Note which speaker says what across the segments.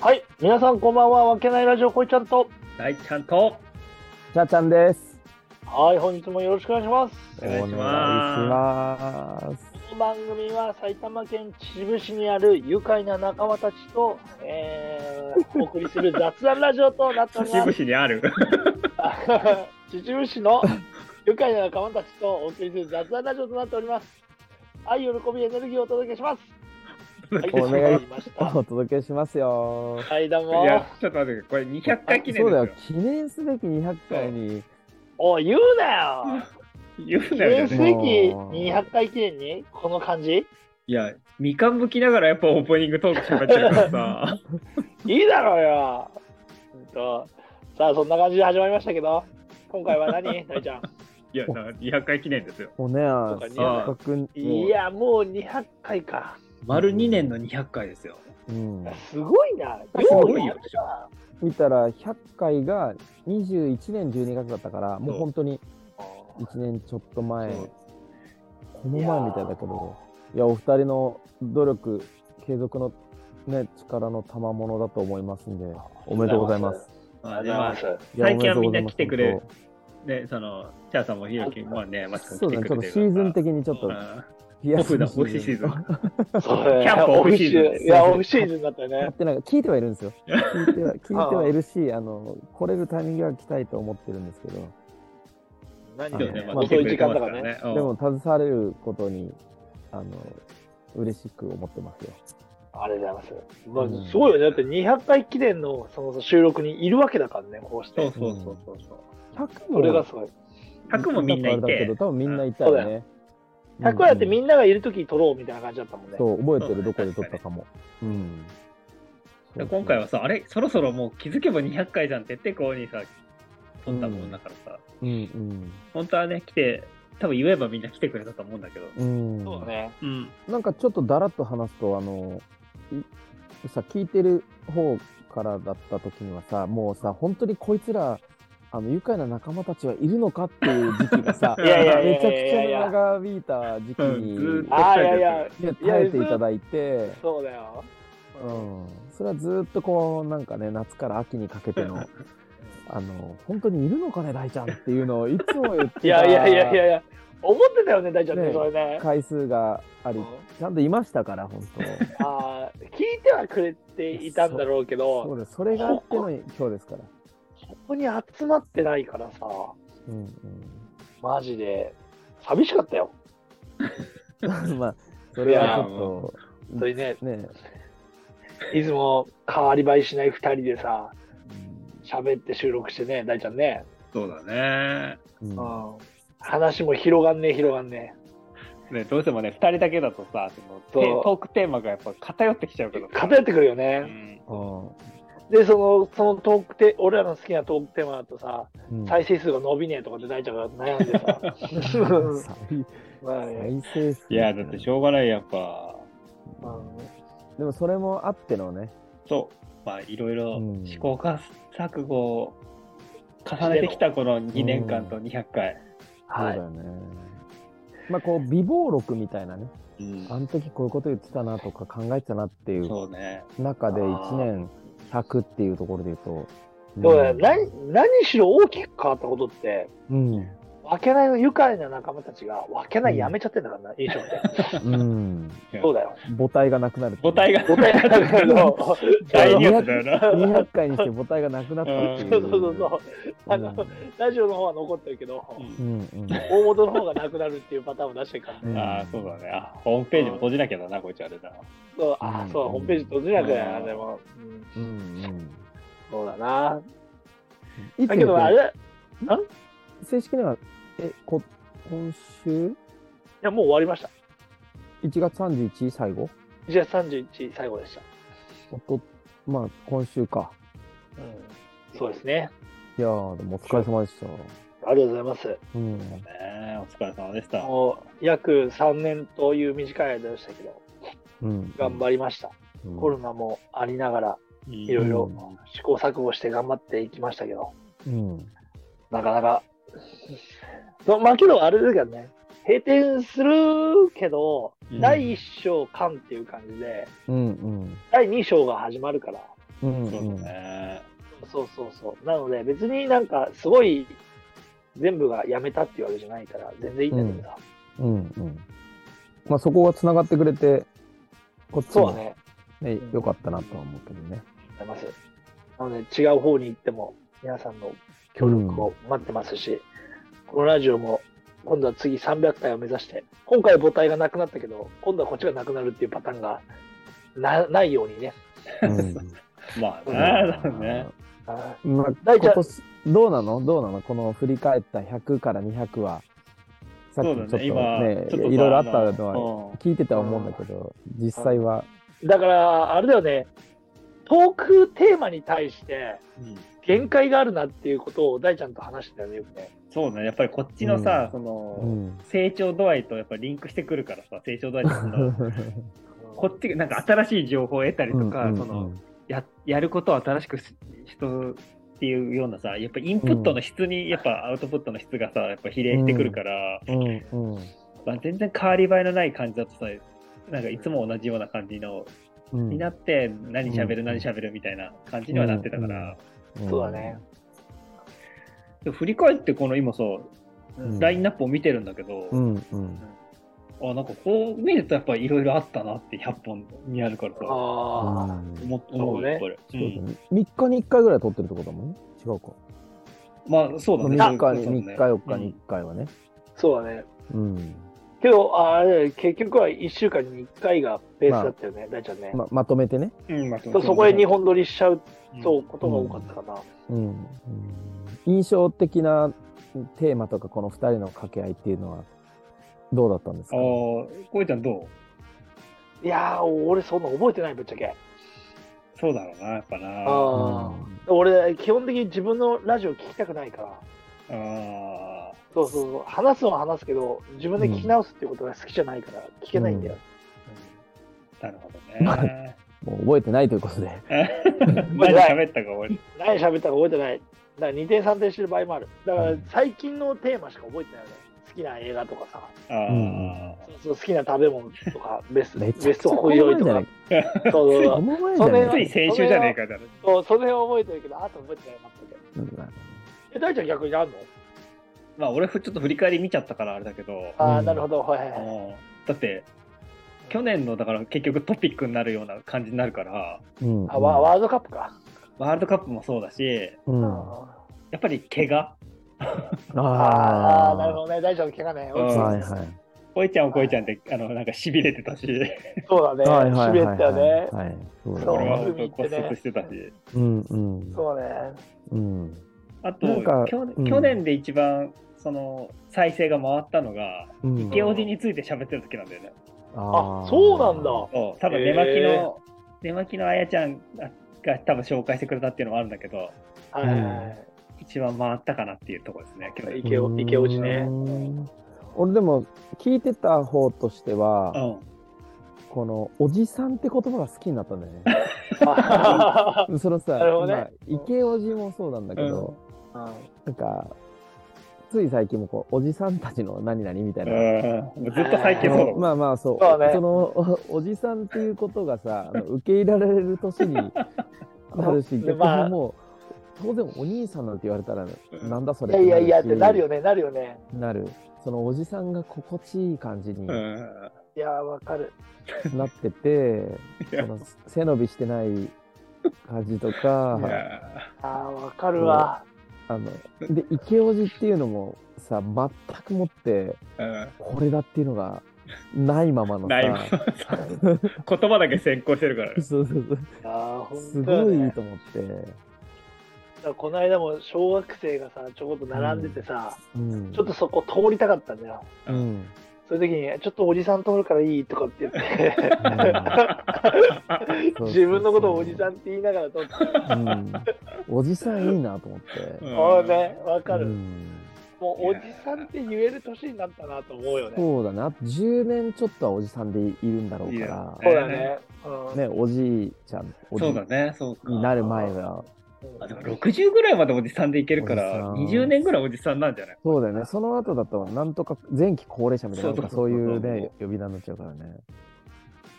Speaker 1: はい、皆さんこんばんは。わけないラジオこいちゃんと。
Speaker 2: 大ちゃんと
Speaker 3: ちゃちゃんです。
Speaker 1: はい、本日もよろしくお願いします。
Speaker 2: お願いします
Speaker 3: お願いします。
Speaker 1: この番組は埼玉県秩父市にある愉快な仲間たちと、え ー、お送りする雑談ラジオとなっており
Speaker 2: 秩
Speaker 1: ま
Speaker 2: 父
Speaker 1: す。
Speaker 2: 市にある
Speaker 1: 秩父市の愉快な仲間たちとお送りする雑談ラジオとなっております。愛、喜び、エネルギーをお届けします。はい、
Speaker 3: お願い
Speaker 1: 始まりまし
Speaker 3: お
Speaker 1: た。
Speaker 3: 届けしますよ。
Speaker 1: はい、どう
Speaker 2: い
Speaker 1: も
Speaker 2: や。ちょっと待ってこれ200回記念
Speaker 3: そうだ
Speaker 2: で
Speaker 3: よ。記念すべき200回に。
Speaker 1: おい、言うなよ。
Speaker 2: すよ言う
Speaker 1: 記
Speaker 2: なよ
Speaker 1: 念す
Speaker 2: ね
Speaker 1: べき200回記念にこの感じ
Speaker 2: いやみかんぶきながらやっぱオープニングトーク喋っちゃうからさ
Speaker 1: いいだろうよ。うんと、さあそんな感じで始まりましたけど、今回は 何、大ちゃん。
Speaker 2: い やだから200回記念ですよ
Speaker 3: おね
Speaker 1: そ
Speaker 3: や
Speaker 1: うか、
Speaker 3: せっ
Speaker 2: 200
Speaker 3: かく、
Speaker 1: いやもう200回か。
Speaker 2: 丸2年の200回ですよ
Speaker 3: うん、
Speaker 1: すごいな。
Speaker 2: すごい
Speaker 1: よ
Speaker 2: よ
Speaker 1: うや
Speaker 3: 見たら100回が21年12月だったから、もう本当に
Speaker 1: る
Speaker 3: 1年ちょっと前、
Speaker 2: そう
Speaker 3: この前みたいだけど、いや、お二人の努力、継続のね、力の賜物だと思いますんで、おめでとうございます。
Speaker 1: な。あ
Speaker 2: あ
Speaker 1: り
Speaker 2: で
Speaker 1: が
Speaker 2: ま
Speaker 1: とうございます。
Speaker 3: いや
Speaker 2: 最近は
Speaker 3: おめでとうござい
Speaker 2: みん
Speaker 3: ま
Speaker 2: な
Speaker 3: す
Speaker 2: 来てくれるあねそのチャーさんもひろきまあねマス
Speaker 3: そ
Speaker 2: 君
Speaker 3: う
Speaker 2: 来
Speaker 3: だ
Speaker 2: て
Speaker 3: ね、ち
Speaker 2: く
Speaker 3: ょ
Speaker 2: れてる
Speaker 3: っとシーズン
Speaker 2: 的
Speaker 3: 的にちょっと、ピ
Speaker 2: オフだオフシーズン
Speaker 1: そ
Speaker 2: キャンプオフシーズ
Speaker 1: い
Speaker 2: ン
Speaker 1: や、オフシーズンだったよ
Speaker 3: や
Speaker 1: ね
Speaker 3: っ。てない聞いてはいるんですよ。聞 いては聞いてはいるし、あの来れるタイミングは来たいと思ってるんですけど、
Speaker 1: 何
Speaker 3: そうだねまあ
Speaker 1: 遅い時間だからね。
Speaker 2: で
Speaker 3: でも携われることにあの嬉しく思ってますよ。
Speaker 1: ありがとうございます。まあ、すごいよね。だって200回記念のその収録にいるわけだからね、こうし
Speaker 2: そ
Speaker 1: て
Speaker 2: う。そうそうそうそう
Speaker 3: 100
Speaker 1: それが
Speaker 3: も
Speaker 1: すごい。
Speaker 2: 100もみんない
Speaker 3: だけ
Speaker 2: て
Speaker 3: ど、多分みんないたよね。
Speaker 1: 100はだってみ
Speaker 3: な、
Speaker 1: んながいるときに撮ろうみたいな感じだったもんね。
Speaker 3: そう覚えてる
Speaker 2: そ
Speaker 3: ど
Speaker 2: うだ
Speaker 3: こ
Speaker 2: ね
Speaker 3: で撮ったかも。うん。
Speaker 2: で今回は、さ、あれ、そろそろもう気づけば200回じゃんって言って、こうにさ、撮ったもんだからさ、
Speaker 3: うん
Speaker 2: 本当はね、来て、多分言えばみんな来てくれたと思うんだけど、
Speaker 3: うん。うん。
Speaker 1: そうだね。
Speaker 2: うん、、
Speaker 3: なんかちょっとだらっと話すと、あの、いさ、聞いてる方からだった時にはさ、もうさ、本当にこいつら、あの、愉快な仲間たちはいるのかっていう時期がさ
Speaker 2: い やいやいや
Speaker 3: めちゃ
Speaker 1: いやいやいや
Speaker 3: くちゃ長引いた時期
Speaker 2: うんずーっ
Speaker 3: に
Speaker 2: と、
Speaker 1: ああ、いやいや、
Speaker 3: ね耐えていただいて、
Speaker 1: そうだよ。
Speaker 3: うん。それはずーっとこう、なんかね、夏から秋にかけて の、あの、本当にいるのかね、大ちゃんっていうのをいつも言ってた
Speaker 1: いやいやいやいやいや、思ってたよね、大ちゃんね、
Speaker 3: ね
Speaker 1: それね。
Speaker 3: 回数があ
Speaker 1: う
Speaker 3: り
Speaker 1: ん、
Speaker 3: ちゃんといましたから、本当。
Speaker 1: あー聞いてはくれていたんだろうけ
Speaker 3: そ
Speaker 1: ど、
Speaker 3: うです。それがあっての今日ですから。
Speaker 1: ここに集まってないからさ、
Speaker 3: うん
Speaker 1: マジで、寂しかったよ。
Speaker 3: うん。ま あ、それはちょ
Speaker 1: 本当にね
Speaker 3: っ、と、ね、
Speaker 1: いつも変わり映えしない2人でさ、喋って収録してね、大ちゃんね。
Speaker 2: そうだね。
Speaker 3: うん
Speaker 1: うん話も広がんねえ、広がんね
Speaker 2: ね、どうしてもね、2人だけだとさ、その
Speaker 1: そう
Speaker 2: テートークテーマがやっぱ偏ってきちゃうか
Speaker 1: え
Speaker 2: ら。。
Speaker 1: 偏ってくるよ
Speaker 2: う
Speaker 1: ね。
Speaker 2: ん
Speaker 1: で、その、そのトークテ、俺らの好きなトークテーマだとさ、
Speaker 3: うん
Speaker 1: 再生数が伸びねえとかで大ちゃんが悩んで さ。
Speaker 3: 再
Speaker 1: まあね
Speaker 3: 再生数
Speaker 2: いや、だってしょうがない、やっぱ。
Speaker 1: うん
Speaker 3: でもそれもあってのね、
Speaker 2: そう、まあ、いろいろ
Speaker 3: うん
Speaker 2: 試行錯誤を重ねてきたこの2年間と200回。
Speaker 3: そうだ
Speaker 1: はい。
Speaker 3: よね。まあこう、備忘録みたいなね、
Speaker 2: うん
Speaker 3: あの時こういうこと言ってたなとか考えてたなっていう
Speaker 2: そうね。
Speaker 3: 中で
Speaker 1: あー
Speaker 3: 1年100っていうところで言うと、
Speaker 1: そうだよ、
Speaker 3: ん
Speaker 1: 何何しろ大きく変わったことって、
Speaker 3: うん。
Speaker 1: わけないの愉快な仲間たちが、わけないやめちゃってんだからな、飲食店。
Speaker 3: うん。
Speaker 1: そう だよ。
Speaker 3: 母体がなくなるっていう。
Speaker 2: 母体が
Speaker 1: 答えなくなるの。
Speaker 2: 大ニュースだよな。
Speaker 3: 200回にして母体がなくなったっていう。
Speaker 1: そうそうそうそう。あの
Speaker 3: うん
Speaker 1: ラジオの方は残ってるけど、
Speaker 3: うんうん
Speaker 1: 大元の方がなくなるっていうパターンを出してるから、
Speaker 3: う
Speaker 1: ね。
Speaker 3: ん
Speaker 2: ああ、そうだね。あ、ホームページも閉じなきゃだな、こいつあれだ。
Speaker 1: そう、あー、そうだ、ホームページ閉じなくなるな、でも。うん
Speaker 3: うんうん
Speaker 1: そうだな。
Speaker 3: いつ
Speaker 1: だけど、あれ、い
Speaker 3: 正式には、え、こ今週
Speaker 1: や、もう終わりました。
Speaker 3: 1月31最後
Speaker 1: 1月31最後でした。
Speaker 3: おとまあ、今週か。
Speaker 1: うん、そうですね。
Speaker 3: いやー、でもお疲れ様でした。
Speaker 1: ありがとうございます。
Speaker 3: うん。
Speaker 2: ねえお疲れ様でした。
Speaker 1: もう約3年という短い間でしたけど、
Speaker 3: うん、
Speaker 1: 頑張りました。
Speaker 3: うん
Speaker 1: コロナもありながら、いろいろ試行錯誤して頑張っていきましたけど、
Speaker 3: うん。
Speaker 1: なかなか。そうまあけど、あれですけどね、閉店するけど、
Speaker 2: うん
Speaker 1: 第1章完っていう感じで、
Speaker 3: うんうん。
Speaker 1: 第2章が始まるから、
Speaker 3: うん
Speaker 2: そう
Speaker 3: うん
Speaker 2: だね。
Speaker 1: そうそうそう。なので、別になんか、すごい、全部がやめたっていうわけじゃないから、全然いいんだけどさ。
Speaker 3: うんうんまあそこはつながってくれてこっち
Speaker 1: そう
Speaker 3: も
Speaker 1: だね。
Speaker 3: ね良かったなとは思うけど ね
Speaker 1: あります。なので、違う方に行っても、皆さんの協力を待ってますし、このラジオも、今度は次300回を目指して、今回母体がなくなったけど、今度はこっちがなくなるっていうパターンがなないようにね。
Speaker 2: まあ
Speaker 1: うん
Speaker 2: な、そうね。
Speaker 1: あー
Speaker 3: まあ、
Speaker 1: 大ちゃん
Speaker 3: 今年どうなのどうなのこの振り返った100から200はさっき
Speaker 2: そ
Speaker 3: ちょ
Speaker 2: うだ
Speaker 3: っと
Speaker 2: ね。
Speaker 3: ね
Speaker 2: 今、ちょっとさ
Speaker 3: いろいろあったのは
Speaker 2: の
Speaker 3: 聞いてたは思うんだけど実際は
Speaker 1: だから、あれだよね、トークテーマに対して、
Speaker 2: うんうん
Speaker 1: 限界があるなっていうことを大ちゃんと話してたよね、よくね。
Speaker 2: そうね。やっぱりこっちのさ、その、成長度合いとやっぱりリンクしてくるからさ、成長度合いってそ のこっちがなんか新しい情報を得たり とか、そのややることを新しくし人っていうようなさ、やっぱインプットの質に、やっぱアウトプットの質がさ、やっぱ比例してくるから、
Speaker 3: うんうん
Speaker 2: まあ、全然変わり映えのない感じだとさ、なんかいつも同じような感じの、
Speaker 3: うん
Speaker 2: になって、何喋る、
Speaker 3: うん
Speaker 2: 何喋るみたいな感じにはなってたから、
Speaker 1: そうだね。
Speaker 2: でも振り返ってこの今さ、
Speaker 3: うん
Speaker 2: ラインナップを見てるんだけど、
Speaker 3: うんうん
Speaker 2: あなんかこう見るとやっぱりいろいろあったなって100本にあるからさ、
Speaker 1: ああ、
Speaker 3: うん
Speaker 2: 思思
Speaker 1: そう
Speaker 2: う
Speaker 1: ね
Speaker 2: よ、やっぱり。
Speaker 3: そうだ
Speaker 2: うん
Speaker 3: ね3日に1回ぐらい撮ってるってことだもんね違うか
Speaker 2: まあそうだね。
Speaker 3: 3日に
Speaker 2: そうだ
Speaker 3: 3
Speaker 2: ね
Speaker 3: 日4日に1回はね
Speaker 1: そうだね。
Speaker 3: うん
Speaker 1: けど、あれ結局は1週間に1回がベースだったよね、大ちゃんね。
Speaker 3: ままとめてね
Speaker 2: うん、まあ
Speaker 1: そうそこへ2
Speaker 2: 日
Speaker 1: 本撮りしちゃう
Speaker 2: そ
Speaker 1: と
Speaker 2: う
Speaker 1: ことが多かったかな。
Speaker 3: うん印象的なテーマとかこの2人の掛け合いっていうのはどうだったんですか
Speaker 2: ああ、こうちゃんどう
Speaker 1: いやー、俺そんな覚えてない、ぶっちゃけ。
Speaker 2: そうだろうな、やっぱな。あ
Speaker 1: あー俺、基本的に自分のラジオ聞きたくないから。
Speaker 2: あ
Speaker 1: そうそうそう、話すのは話すけど、自分で聞き直すっていうことが好きじゃないから、聞けないんだよ。
Speaker 2: ー、なるほどね。
Speaker 3: もう覚えてないということで。
Speaker 2: 何喋ったか俺。
Speaker 1: 何喋ったか覚えてない。だから2点3点してる場合もある。だから最近のテーマしか覚えてないよね。好きな映画とかさ、
Speaker 2: ああ、
Speaker 1: そうそう好きな食べ物と か、ベスト、
Speaker 3: め
Speaker 1: ベ
Speaker 3: ちゃ
Speaker 1: ス
Speaker 3: くち
Speaker 1: ト
Speaker 3: ゃこ
Speaker 1: 保
Speaker 3: の
Speaker 1: 養
Speaker 3: 前
Speaker 1: と
Speaker 3: じゃな
Speaker 1: か
Speaker 3: い。
Speaker 1: そうそうそう
Speaker 3: こ。の前じゃな
Speaker 1: そ
Speaker 2: つ
Speaker 1: れ
Speaker 3: い
Speaker 2: い先週じゃねえかだろ。
Speaker 1: そう、その辺は覚えてるけど、あと覚えてないなって。
Speaker 3: うん
Speaker 1: え、大ちゃん逆にあんの
Speaker 2: まあ俺ふちょっと振り返り見ちゃったからあれだけど、
Speaker 1: ああ、
Speaker 3: うん
Speaker 1: なるほど、はいはいはい。
Speaker 2: うんだって去年のだから結局トピックになるような感じになるから、
Speaker 3: うん
Speaker 1: あワワールドカップか。
Speaker 2: ワールドカップもそうだし、
Speaker 3: うん
Speaker 1: あ
Speaker 2: やっぱり怪我。
Speaker 1: ーあー、なるほどね、大ちゃんの怪我ね。
Speaker 2: うんど
Speaker 3: はいはい。
Speaker 2: こいちゃんはこいちゃんって、あの、なんか痺れてたし、
Speaker 1: そうだね、
Speaker 3: はいはいは
Speaker 1: 滑
Speaker 3: い
Speaker 1: ったよね。
Speaker 3: はい。そう
Speaker 1: そう
Speaker 3: だ
Speaker 2: 俺は
Speaker 3: ね。
Speaker 2: 本当骨折してたし。
Speaker 3: うんうん
Speaker 1: そうね。
Speaker 3: うん
Speaker 2: あと
Speaker 3: なんか
Speaker 2: きょ
Speaker 3: うん
Speaker 2: 去年で一番その再生が回ったのが、
Speaker 3: うん。
Speaker 2: 池王子について喋ってる時なんだよね。
Speaker 1: あ、そうなんだ。。
Speaker 2: そう多分
Speaker 1: へ
Speaker 2: 寝
Speaker 1: ー
Speaker 2: 巻きの、寝巻きのあやちゃんが多分紹介してくれたっていうのもあるんだけど、
Speaker 1: はいはいはい。
Speaker 2: 一番回ったかなっていうところですね、去年。
Speaker 1: 池尾池尾氏ね
Speaker 3: うん。俺でも聞いてた方として
Speaker 2: う
Speaker 3: は、
Speaker 2: ん。
Speaker 3: このおじさんって言葉が好きになったんだよね。
Speaker 1: あ
Speaker 3: そのさ、
Speaker 1: なるほどね
Speaker 3: まあ池おじもそうなんだけど、
Speaker 1: ー
Speaker 3: なんか、つい最近もこう、おじさんたちの何々みたいな、
Speaker 2: うん、ずっと最近そうだもん。
Speaker 3: まあまあそう
Speaker 1: そうね
Speaker 3: その おおじさんっていうことがさ あの受け入れられる年になるし逆
Speaker 1: まあ
Speaker 3: にもう当然お兄さんなんて言われたらなんだそ
Speaker 1: い
Speaker 3: れ
Speaker 1: やいやいやってなる
Speaker 3: よ
Speaker 1: よね、なるよね。
Speaker 3: なるそのおじさんが心地いい感じに
Speaker 2: う
Speaker 3: なん
Speaker 1: いやー、わかる。
Speaker 3: っ てて、
Speaker 2: いや
Speaker 3: その背伸びしてない感じとか
Speaker 2: いや
Speaker 1: あー、わかるわ。
Speaker 3: あので池おじっていうのもさ全くもって
Speaker 2: ー
Speaker 3: これだっていうのがないまま
Speaker 2: う
Speaker 3: の
Speaker 2: ん
Speaker 3: さ
Speaker 2: ないわ 言葉だけ先行してるからね。
Speaker 3: そうそうそう
Speaker 1: あー、ほ
Speaker 3: す
Speaker 1: んとだ
Speaker 3: ごいいい
Speaker 1: ね。
Speaker 3: と思って。
Speaker 1: だからこの間も小学生がさ、ちょこっと並んでてさ、
Speaker 3: うん
Speaker 1: ちょっとそこ通りたかったんだよ。
Speaker 3: うん
Speaker 1: そういう時に、ちょっとおじさん通るからいいとかって言って、
Speaker 3: そう
Speaker 1: 自分のことをおじさんって言いながら撮って、
Speaker 3: うんおじさんいいなと思って。
Speaker 2: うん
Speaker 1: そうね、わかる、
Speaker 3: うん
Speaker 1: もうおじさんって言える年になったなと思うよね。そう
Speaker 3: そうだね。あと10年ちょっとはおじさんでいるんだろうか
Speaker 2: い
Speaker 1: だね。うん
Speaker 3: ら、ね、おじいちゃん、おじ
Speaker 2: そうだ
Speaker 3: い
Speaker 2: ね、そうか。
Speaker 3: になる前は、
Speaker 1: うん
Speaker 2: あでも60ぐらいまでおじさんでいけるか
Speaker 3: お
Speaker 2: ら、
Speaker 3: じさん
Speaker 2: 20年ぐらいおじさんなんじゃない
Speaker 3: そうだよね。その後だと、なんとか前期高齢者みたいな、なんか
Speaker 2: そ
Speaker 3: そううい
Speaker 2: そうそう
Speaker 3: うね、呼び名になっちゃうからね。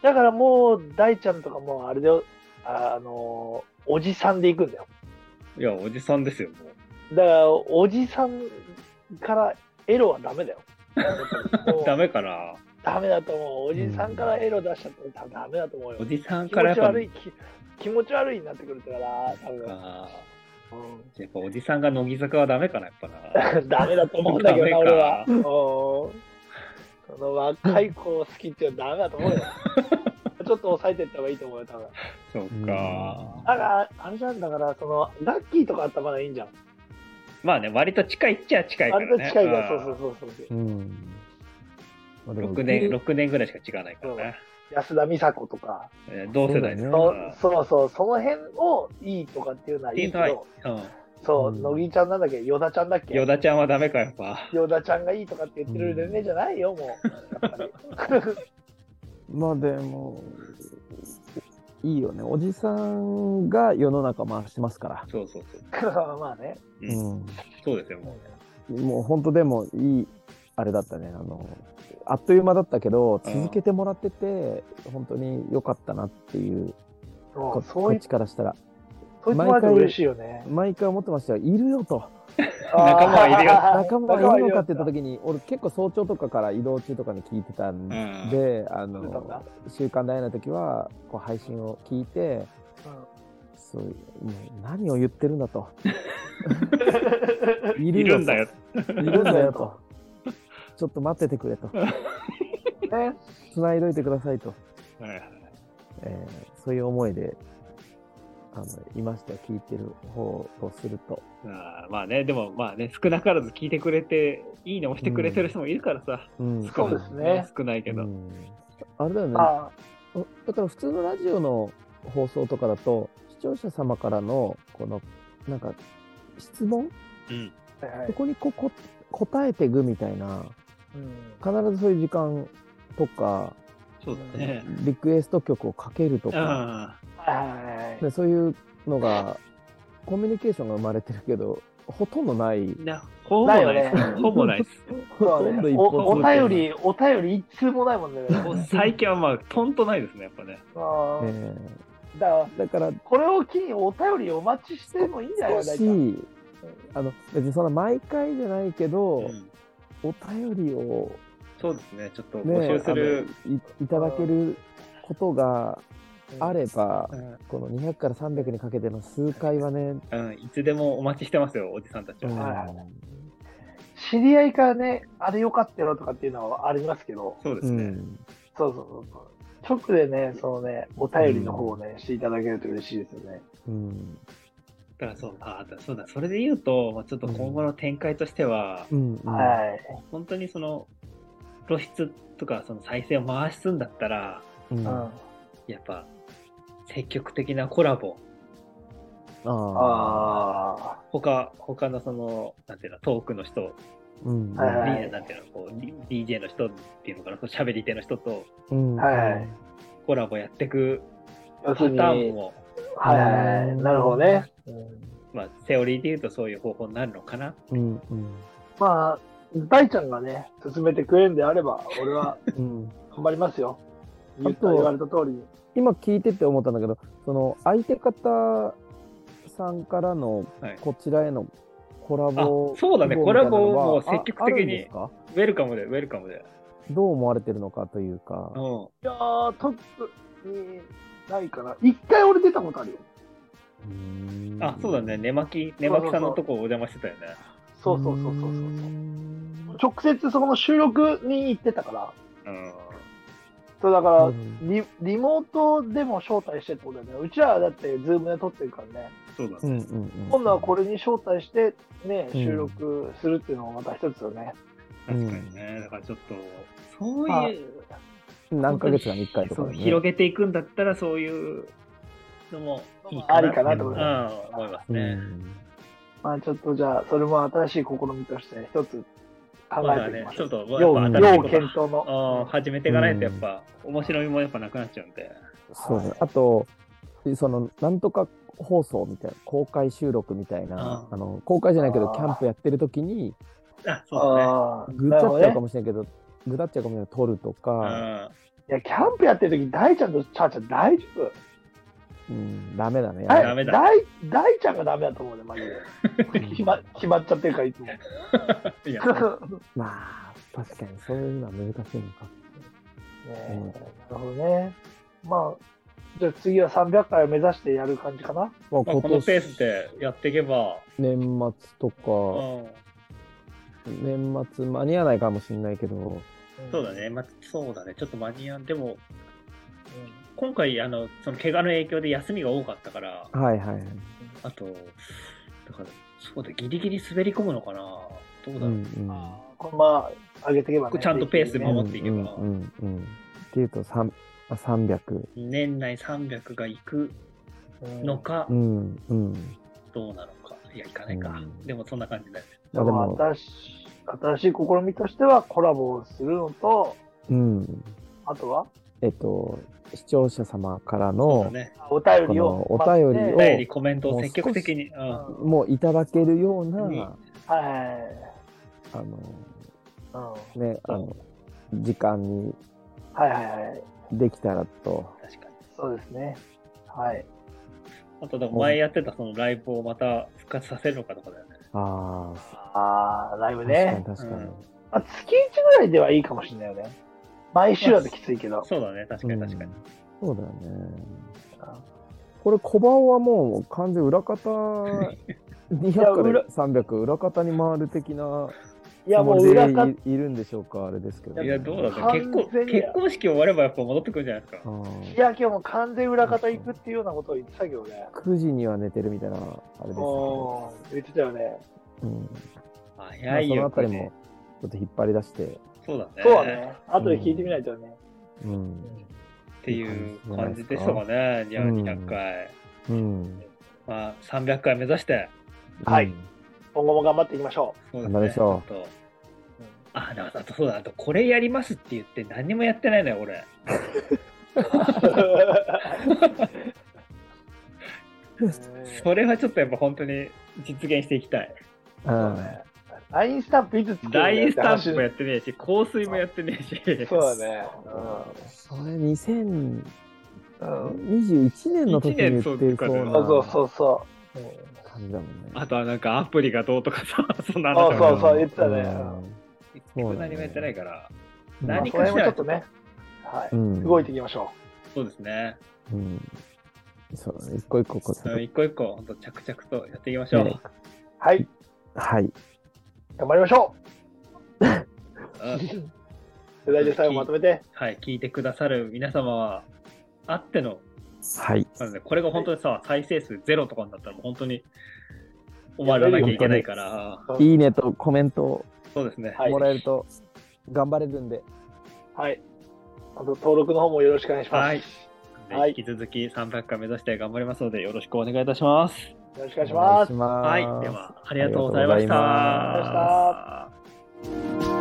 Speaker 1: だからもう、大ちゃんとかもうあれで、ああのーおじさんで行くんだよ。
Speaker 2: いや、おじさんですよ、も
Speaker 1: だから、おじさんからエロはダメだよ。
Speaker 2: う。ダメかな
Speaker 1: ダメだと思う。おじさんからエロ出しちゃったら多分ダメだと思うよ
Speaker 2: お。じさん
Speaker 1: 気
Speaker 2: から
Speaker 1: 持
Speaker 2: やっ
Speaker 1: ち
Speaker 2: ぱ、
Speaker 1: 悪い気、気持ち悪いになってくるから、多
Speaker 2: あ
Speaker 1: 分。うん
Speaker 2: ーやっぱおじさんが乃木坂はダメかな、やっぱな。
Speaker 1: ダメだと思うんだけどな、
Speaker 2: ダメか
Speaker 1: 俺は。うんその若い子を好きっていうのはダメだと思うよ。ちょっと抑えていった方がいいと思うよ、多分。
Speaker 2: そう
Speaker 3: うん
Speaker 2: か。
Speaker 1: だから、あれじゃんだから、その、ラッキーとかあったらまだいいんじゃん。
Speaker 2: まあね、割と近いっちゃ近いから
Speaker 1: 割
Speaker 2: ね。
Speaker 1: と近いから、そう
Speaker 2: あー
Speaker 1: そうそうそう。
Speaker 3: うん。まあでも
Speaker 2: 6年、六年ぐらいしか違わないからね。
Speaker 1: 安田美沙子とか、
Speaker 2: えー同世代です
Speaker 3: うん
Speaker 2: か
Speaker 1: そ
Speaker 2: ら。
Speaker 1: そうそう、その辺をいいとかっていうのはいいけ
Speaker 2: っていうの
Speaker 1: ど、
Speaker 2: うん
Speaker 1: そう、
Speaker 3: うん
Speaker 1: 乃木ちゃんなんだっけ、ヨダちゃんだっけ、
Speaker 2: ヨダちゃんはダメか、やっぱ。
Speaker 1: ヨダちゃんがいいとかって言ってるレベルじゃないよ、もう。やっぱり
Speaker 3: まあでも、いいよね。おじさんが世の中回してますから。
Speaker 2: そうそうそう。
Speaker 1: まあね、
Speaker 2: うん
Speaker 3: うん
Speaker 2: そうですよ、もうね。
Speaker 3: もう本当でもいいあれだったねあのあっという間だったけど
Speaker 2: うん
Speaker 3: 続けてもらってて本当に良かったなっていう
Speaker 1: そ
Speaker 3: こ
Speaker 1: うそう
Speaker 3: こ
Speaker 1: い
Speaker 3: っ
Speaker 1: う、
Speaker 3: ちからしたら
Speaker 1: そういうとこあると嬉しいよね。
Speaker 3: 毎回思ってましたよいるよと
Speaker 2: 仲間はいるよ
Speaker 1: あー
Speaker 3: 仲間はいるのかって言
Speaker 1: 仲間
Speaker 3: った
Speaker 1: はいるよ
Speaker 3: 時に俺結構早朝とかから移動中とかに聞いてたんで、あ
Speaker 1: 聞いてたんだ
Speaker 3: の「週刊ダイヤの時はこう配信を聞いてそうもう何を言ってるんだと
Speaker 2: い
Speaker 3: い
Speaker 2: るんだよ。
Speaker 3: といるんだよとちょっと待っててくれと
Speaker 1: うんね
Speaker 3: 繋いどいてくださいと。
Speaker 2: はいはい
Speaker 3: えーそういう思いで、あの、いましたよ、聞いてる方とすると。
Speaker 2: あーまあね、でもまあね、少なからず聞いてくれて、いいね押してくれてる人もいるからさ、
Speaker 3: うん
Speaker 2: 少な
Speaker 1: そうですね
Speaker 2: 少ないけど、
Speaker 3: うんあれだよね。
Speaker 1: あ
Speaker 3: おだから普通のラジオの放送とかだと、視聴者様からの、この、なんか、質問
Speaker 2: うん
Speaker 1: ー、はいは
Speaker 3: そ
Speaker 1: い
Speaker 3: こにここ答えていくみたいな、
Speaker 1: うん
Speaker 3: 必ずそういう時間とか、
Speaker 2: そうだね。
Speaker 3: リクエスト曲をかけるとか、
Speaker 2: あ
Speaker 1: はいはいはい
Speaker 3: でそういうのが、コミュニケーションが生まれてるけど、ほとんどない。
Speaker 2: ーなほぼないです
Speaker 1: ないよね
Speaker 2: ほぼない です。
Speaker 1: そ
Speaker 3: ほ
Speaker 1: う
Speaker 3: と
Speaker 1: だ
Speaker 3: んど
Speaker 1: ね
Speaker 3: 一
Speaker 1: お
Speaker 3: 方通
Speaker 1: お便
Speaker 3: 行
Speaker 1: り、お便り一通もないもんね。
Speaker 2: もう最近はまあ、とんとないですね、やっぱね。
Speaker 1: あー
Speaker 3: え
Speaker 1: だから
Speaker 3: ーだから、
Speaker 1: これを機にお便りお待ちしてもいいんじゃない
Speaker 3: 少
Speaker 1: の
Speaker 3: し
Speaker 1: 大体
Speaker 3: あの別にそんな毎回じゃないけど、
Speaker 2: うん
Speaker 3: お便りを、
Speaker 2: そうですね、ちょっと募
Speaker 3: ね
Speaker 2: 集する。
Speaker 3: あのいいただけることがあれば、
Speaker 2: うん
Speaker 3: この200から300にかけての数回はね、
Speaker 2: うん、いつでもお待ちしてますよ、おじさんたち
Speaker 3: うん
Speaker 2: は。
Speaker 1: 知り合いからね、あれよかったよとかっていうのはありますけど、
Speaker 2: そうですね。
Speaker 1: そうそうそうそう。直でね、そのね、お便りの方をね、していただけると嬉しいですよね。
Speaker 3: うん
Speaker 2: だからそうあだそうだ、それで言うと、まあちょっと今後の展開としては、
Speaker 3: うん
Speaker 1: はい。
Speaker 2: 本当にその露出とかその再生を回すんだったら、
Speaker 3: うんうん
Speaker 1: うん。
Speaker 3: あ
Speaker 1: あ
Speaker 2: やっぱ積極的なコラボ、
Speaker 3: あ
Speaker 1: あ
Speaker 2: 他他のその、なんていうの、トークの人、
Speaker 3: うん
Speaker 1: はいはい
Speaker 2: リなんていうのこう、D- DJ の人っていうのかな、こう喋り手の人と
Speaker 3: うん
Speaker 1: はいはい
Speaker 2: コラボやっていく
Speaker 1: ー。要
Speaker 2: パ
Speaker 1: す
Speaker 2: タ
Speaker 1: るに、は
Speaker 2: ーン
Speaker 1: い
Speaker 2: も、
Speaker 1: はいはい。なるほどね。うん
Speaker 2: まあ、セオリーで言うとそういう方法になるのかな。
Speaker 3: うんうん
Speaker 1: まあ、大ちゃんがね、進めてくれるんであれば、俺は
Speaker 3: うん
Speaker 1: 頑張ります よ。
Speaker 3: と
Speaker 1: 言った言われた通りに。
Speaker 3: 今聞いてて思ったんだけどその相手方さんからの
Speaker 2: はい
Speaker 3: こちらへのコラボ
Speaker 2: あそうだね
Speaker 3: 希望みたい
Speaker 2: コラ
Speaker 3: なのは
Speaker 2: ボをもう積極的に
Speaker 3: ああるんですか
Speaker 2: ウェルカムで、ウェルカムで。
Speaker 3: どう思われてるのかというか
Speaker 2: う、ん。
Speaker 1: いやー、トップにないかな。一回俺出たことあるよ。
Speaker 2: あ、そうだね。寝巻き、寝巻きさんのとこお邪魔してたよね。
Speaker 1: そうそうそうそうそうそう。
Speaker 3: う
Speaker 1: 直接そこの収録に行ってたから、
Speaker 2: うん。
Speaker 1: そうだから、
Speaker 3: うん
Speaker 1: リリモートでも招待してってことだよね。うちらはだって、ズームで撮ってるからね。
Speaker 2: そうだね。
Speaker 3: んうんうん
Speaker 1: 今度はこれに招待して、ね、
Speaker 3: うん
Speaker 1: 収録するっていうのもまた一つよね。
Speaker 2: 確かにね。だからちょっと、そういう、
Speaker 3: 何ヶ月かに1回とか
Speaker 2: そう
Speaker 3: ね、
Speaker 2: 広げていくんだったら、そういうのもいい
Speaker 1: ありかなと思
Speaker 2: う
Speaker 1: い
Speaker 2: ん、
Speaker 1: ま
Speaker 2: 思います
Speaker 3: う
Speaker 2: ね。
Speaker 3: ん
Speaker 1: まあちょっとじゃあ、それも新しい試みとして一つ考
Speaker 2: ま
Speaker 1: えて
Speaker 2: あ
Speaker 1: いき
Speaker 2: ね
Speaker 1: ま、す。
Speaker 2: ちょっと、
Speaker 1: 要
Speaker 2: やっぱ新し
Speaker 1: 要
Speaker 2: いこと
Speaker 1: 検討
Speaker 2: あ
Speaker 1: の
Speaker 2: ー。始めていかないと、やっぱ、面白みもやっぱなくなっちゃうんで。
Speaker 3: そうねあとそのなんとか放送みたいな公開収録みたいな
Speaker 2: あ
Speaker 3: あの公開じゃないけど
Speaker 1: あー
Speaker 3: キャンプやってる時に
Speaker 2: あ、そうだね。
Speaker 1: ああー、
Speaker 3: ぐっ
Speaker 1: な
Speaker 3: ち
Speaker 1: る
Speaker 3: ゃ
Speaker 1: ほど
Speaker 3: っちゃ
Speaker 1: ね
Speaker 3: うかもしれないけどぐだっちゃうかもしれないけど撮ると
Speaker 2: う
Speaker 3: か
Speaker 2: ん
Speaker 1: いや、キャンプやってる時、大ちゃんとチャーちゃん大丈夫
Speaker 3: うん、ダメだね。
Speaker 2: ダメだ
Speaker 1: 大大ちゃんがダメだと思うね、マジで。 決ま決まっちゃってるから、 いつも。
Speaker 2: い や、
Speaker 3: まあ、確かにそういうのは難しいのか。
Speaker 1: ねなるほどね。まあ、じゃあ次は300回を目指してやる感じかな。
Speaker 3: まあ、
Speaker 2: まあ、こ
Speaker 3: 今
Speaker 2: のペー
Speaker 3: 年
Speaker 2: スでやっていけば、
Speaker 3: 年末と
Speaker 2: う
Speaker 3: か、
Speaker 2: ん、
Speaker 3: 年末間に合わないかもしれないけど、
Speaker 2: そうだね、まあ、そうだね、ちょっと間に合う。でも、今回、あの、その怪我の影響で休みが多かったから、
Speaker 3: はいはいはい。
Speaker 2: あと、だから、そうだ、ギリギリ滑り込むのかな。どうだ
Speaker 3: う
Speaker 2: ろう。
Speaker 3: ん
Speaker 1: うん。このまま上げていけば、ね、
Speaker 2: ちゃんとペースで
Speaker 3: う
Speaker 1: ね
Speaker 3: ん
Speaker 2: 守っていけば
Speaker 3: うんうんうん。っていうと3、あ300。
Speaker 2: 年内300が行くのか、
Speaker 3: うんうん。
Speaker 2: どうなのか。いや、行かないか。
Speaker 3: うん
Speaker 2: でも、そんな感じだよね。
Speaker 1: で
Speaker 3: まあで
Speaker 1: も
Speaker 3: も、
Speaker 1: 新し新しい試みとしてはコラボをするのと、
Speaker 3: うん。
Speaker 1: あとは
Speaker 3: えっと、視聴者様か
Speaker 2: そ
Speaker 3: ら
Speaker 2: う
Speaker 3: の
Speaker 2: だ、ね。
Speaker 1: お便りを
Speaker 3: このお便り
Speaker 2: お
Speaker 1: 待っ
Speaker 3: を
Speaker 1: て
Speaker 2: 便り、コメントを積極的に。うん
Speaker 3: もういただけるような、
Speaker 2: うん
Speaker 1: は
Speaker 3: あ
Speaker 1: い、
Speaker 3: の、
Speaker 1: うん。は
Speaker 3: ね、あの、時間に
Speaker 1: いはいはい。
Speaker 3: できたらと。
Speaker 2: 確かに。
Speaker 1: そうですね。はい。
Speaker 2: あと、だから前やってたそのライブをまた復活させるのかとかだよね。
Speaker 3: あ
Speaker 1: あー、ライ
Speaker 3: あ、
Speaker 1: ブ
Speaker 3: 確か
Speaker 1: ね
Speaker 3: に。確かに。
Speaker 1: まあ、月1ぐらいではいいかもしれないよね。毎週だときついけど。
Speaker 2: そうだね、確かに確かに。
Speaker 3: うんそうだよね。これ、小判はもう完全裏方
Speaker 1: や
Speaker 3: 200から
Speaker 1: 裏
Speaker 3: 300、裏方に回る的ない
Speaker 1: や、
Speaker 3: つ
Speaker 1: も
Speaker 3: も
Speaker 1: う
Speaker 3: りで
Speaker 1: 裏方、
Speaker 3: いいるんでしょうか、あれですけど、
Speaker 2: いや、どうだ
Speaker 1: ね
Speaker 2: ろう。結婚
Speaker 1: 完全に
Speaker 2: 結婚式終わればやっぱ戻ってくるんじゃないです
Speaker 3: あ
Speaker 2: か。
Speaker 1: い
Speaker 3: ー
Speaker 1: や、今日も完全裏方行くっていうようなことを言ってたけどね。
Speaker 3: 9時には寝てるみたいな、あれですけど、
Speaker 1: おー、言ってたよね。
Speaker 3: うんまあ
Speaker 2: 早い
Speaker 3: その
Speaker 2: よ。
Speaker 3: あたり
Speaker 2: こ
Speaker 3: もちょっと引っ張り出して、
Speaker 2: れそうだね。
Speaker 1: そうだね。後で聞いてみないとね。
Speaker 3: うん。
Speaker 2: っていう感じでしたかね。いや、
Speaker 3: うん
Speaker 2: 200回。
Speaker 3: うん。
Speaker 2: まあ、300回目指して。
Speaker 1: はい
Speaker 3: うん。
Speaker 1: 今後も頑張っていきましょ
Speaker 2: そう
Speaker 3: 頑張りましょう
Speaker 2: ちょっと
Speaker 1: う。
Speaker 2: あ、でもあとそうだ、あとこれやりますって言って何にもやってないのよ、俺。それはちょっとやっぱ本当に実現していきたい。
Speaker 3: うん
Speaker 1: ラインスタンプいつ作るの
Speaker 2: ラインスタンプもやってねえし、香水もやってねえし。
Speaker 1: そうだね。
Speaker 3: それ2021
Speaker 1: うん。うん、
Speaker 3: 年の時に言ってそう
Speaker 1: そ
Speaker 3: な
Speaker 1: うそうそうそう。うん
Speaker 3: 感じだもんね。
Speaker 2: あとはなんかアプリがどうとかさ、 そんな
Speaker 1: あ
Speaker 2: 話
Speaker 1: そうそう言ってたね
Speaker 3: そうだね
Speaker 2: 何もやってないから、
Speaker 3: うん
Speaker 1: まあ、
Speaker 2: 何
Speaker 1: そ
Speaker 2: か
Speaker 1: れ
Speaker 2: し
Speaker 1: もち
Speaker 2: ら
Speaker 1: ょっとね、は
Speaker 3: う
Speaker 1: い、
Speaker 3: ん
Speaker 1: 動いていきましょ
Speaker 2: そうですね。
Speaker 3: うん。そうだね、一個一個こ
Speaker 2: うん
Speaker 3: う。
Speaker 2: 一個一個、本当着々とやっていきましょう。
Speaker 3: ね
Speaker 1: う。はい、
Speaker 3: はい。
Speaker 1: 頑張りましょ
Speaker 2: うん
Speaker 1: う。 それでは最後まとめて。
Speaker 2: はい、聞いてくださる皆様は、あっての、
Speaker 3: はい。
Speaker 2: なのでこれが本当にさ、再生数ゼロとかになったら、もう本当に終わらなきゃいけないから、
Speaker 3: いいねとコメントを
Speaker 2: そうですね。
Speaker 1: はい
Speaker 3: もらえると頑張れるんで。
Speaker 1: はい。あと登録の方もよろしくお願いします。
Speaker 2: はい
Speaker 1: はい
Speaker 2: 引き続き300回目指して頑張りますので、よろしくお願いいたします。
Speaker 1: よろしくお願いします。
Speaker 2: はい、では、ありがとうございまし。
Speaker 3: ありがとうございま
Speaker 1: した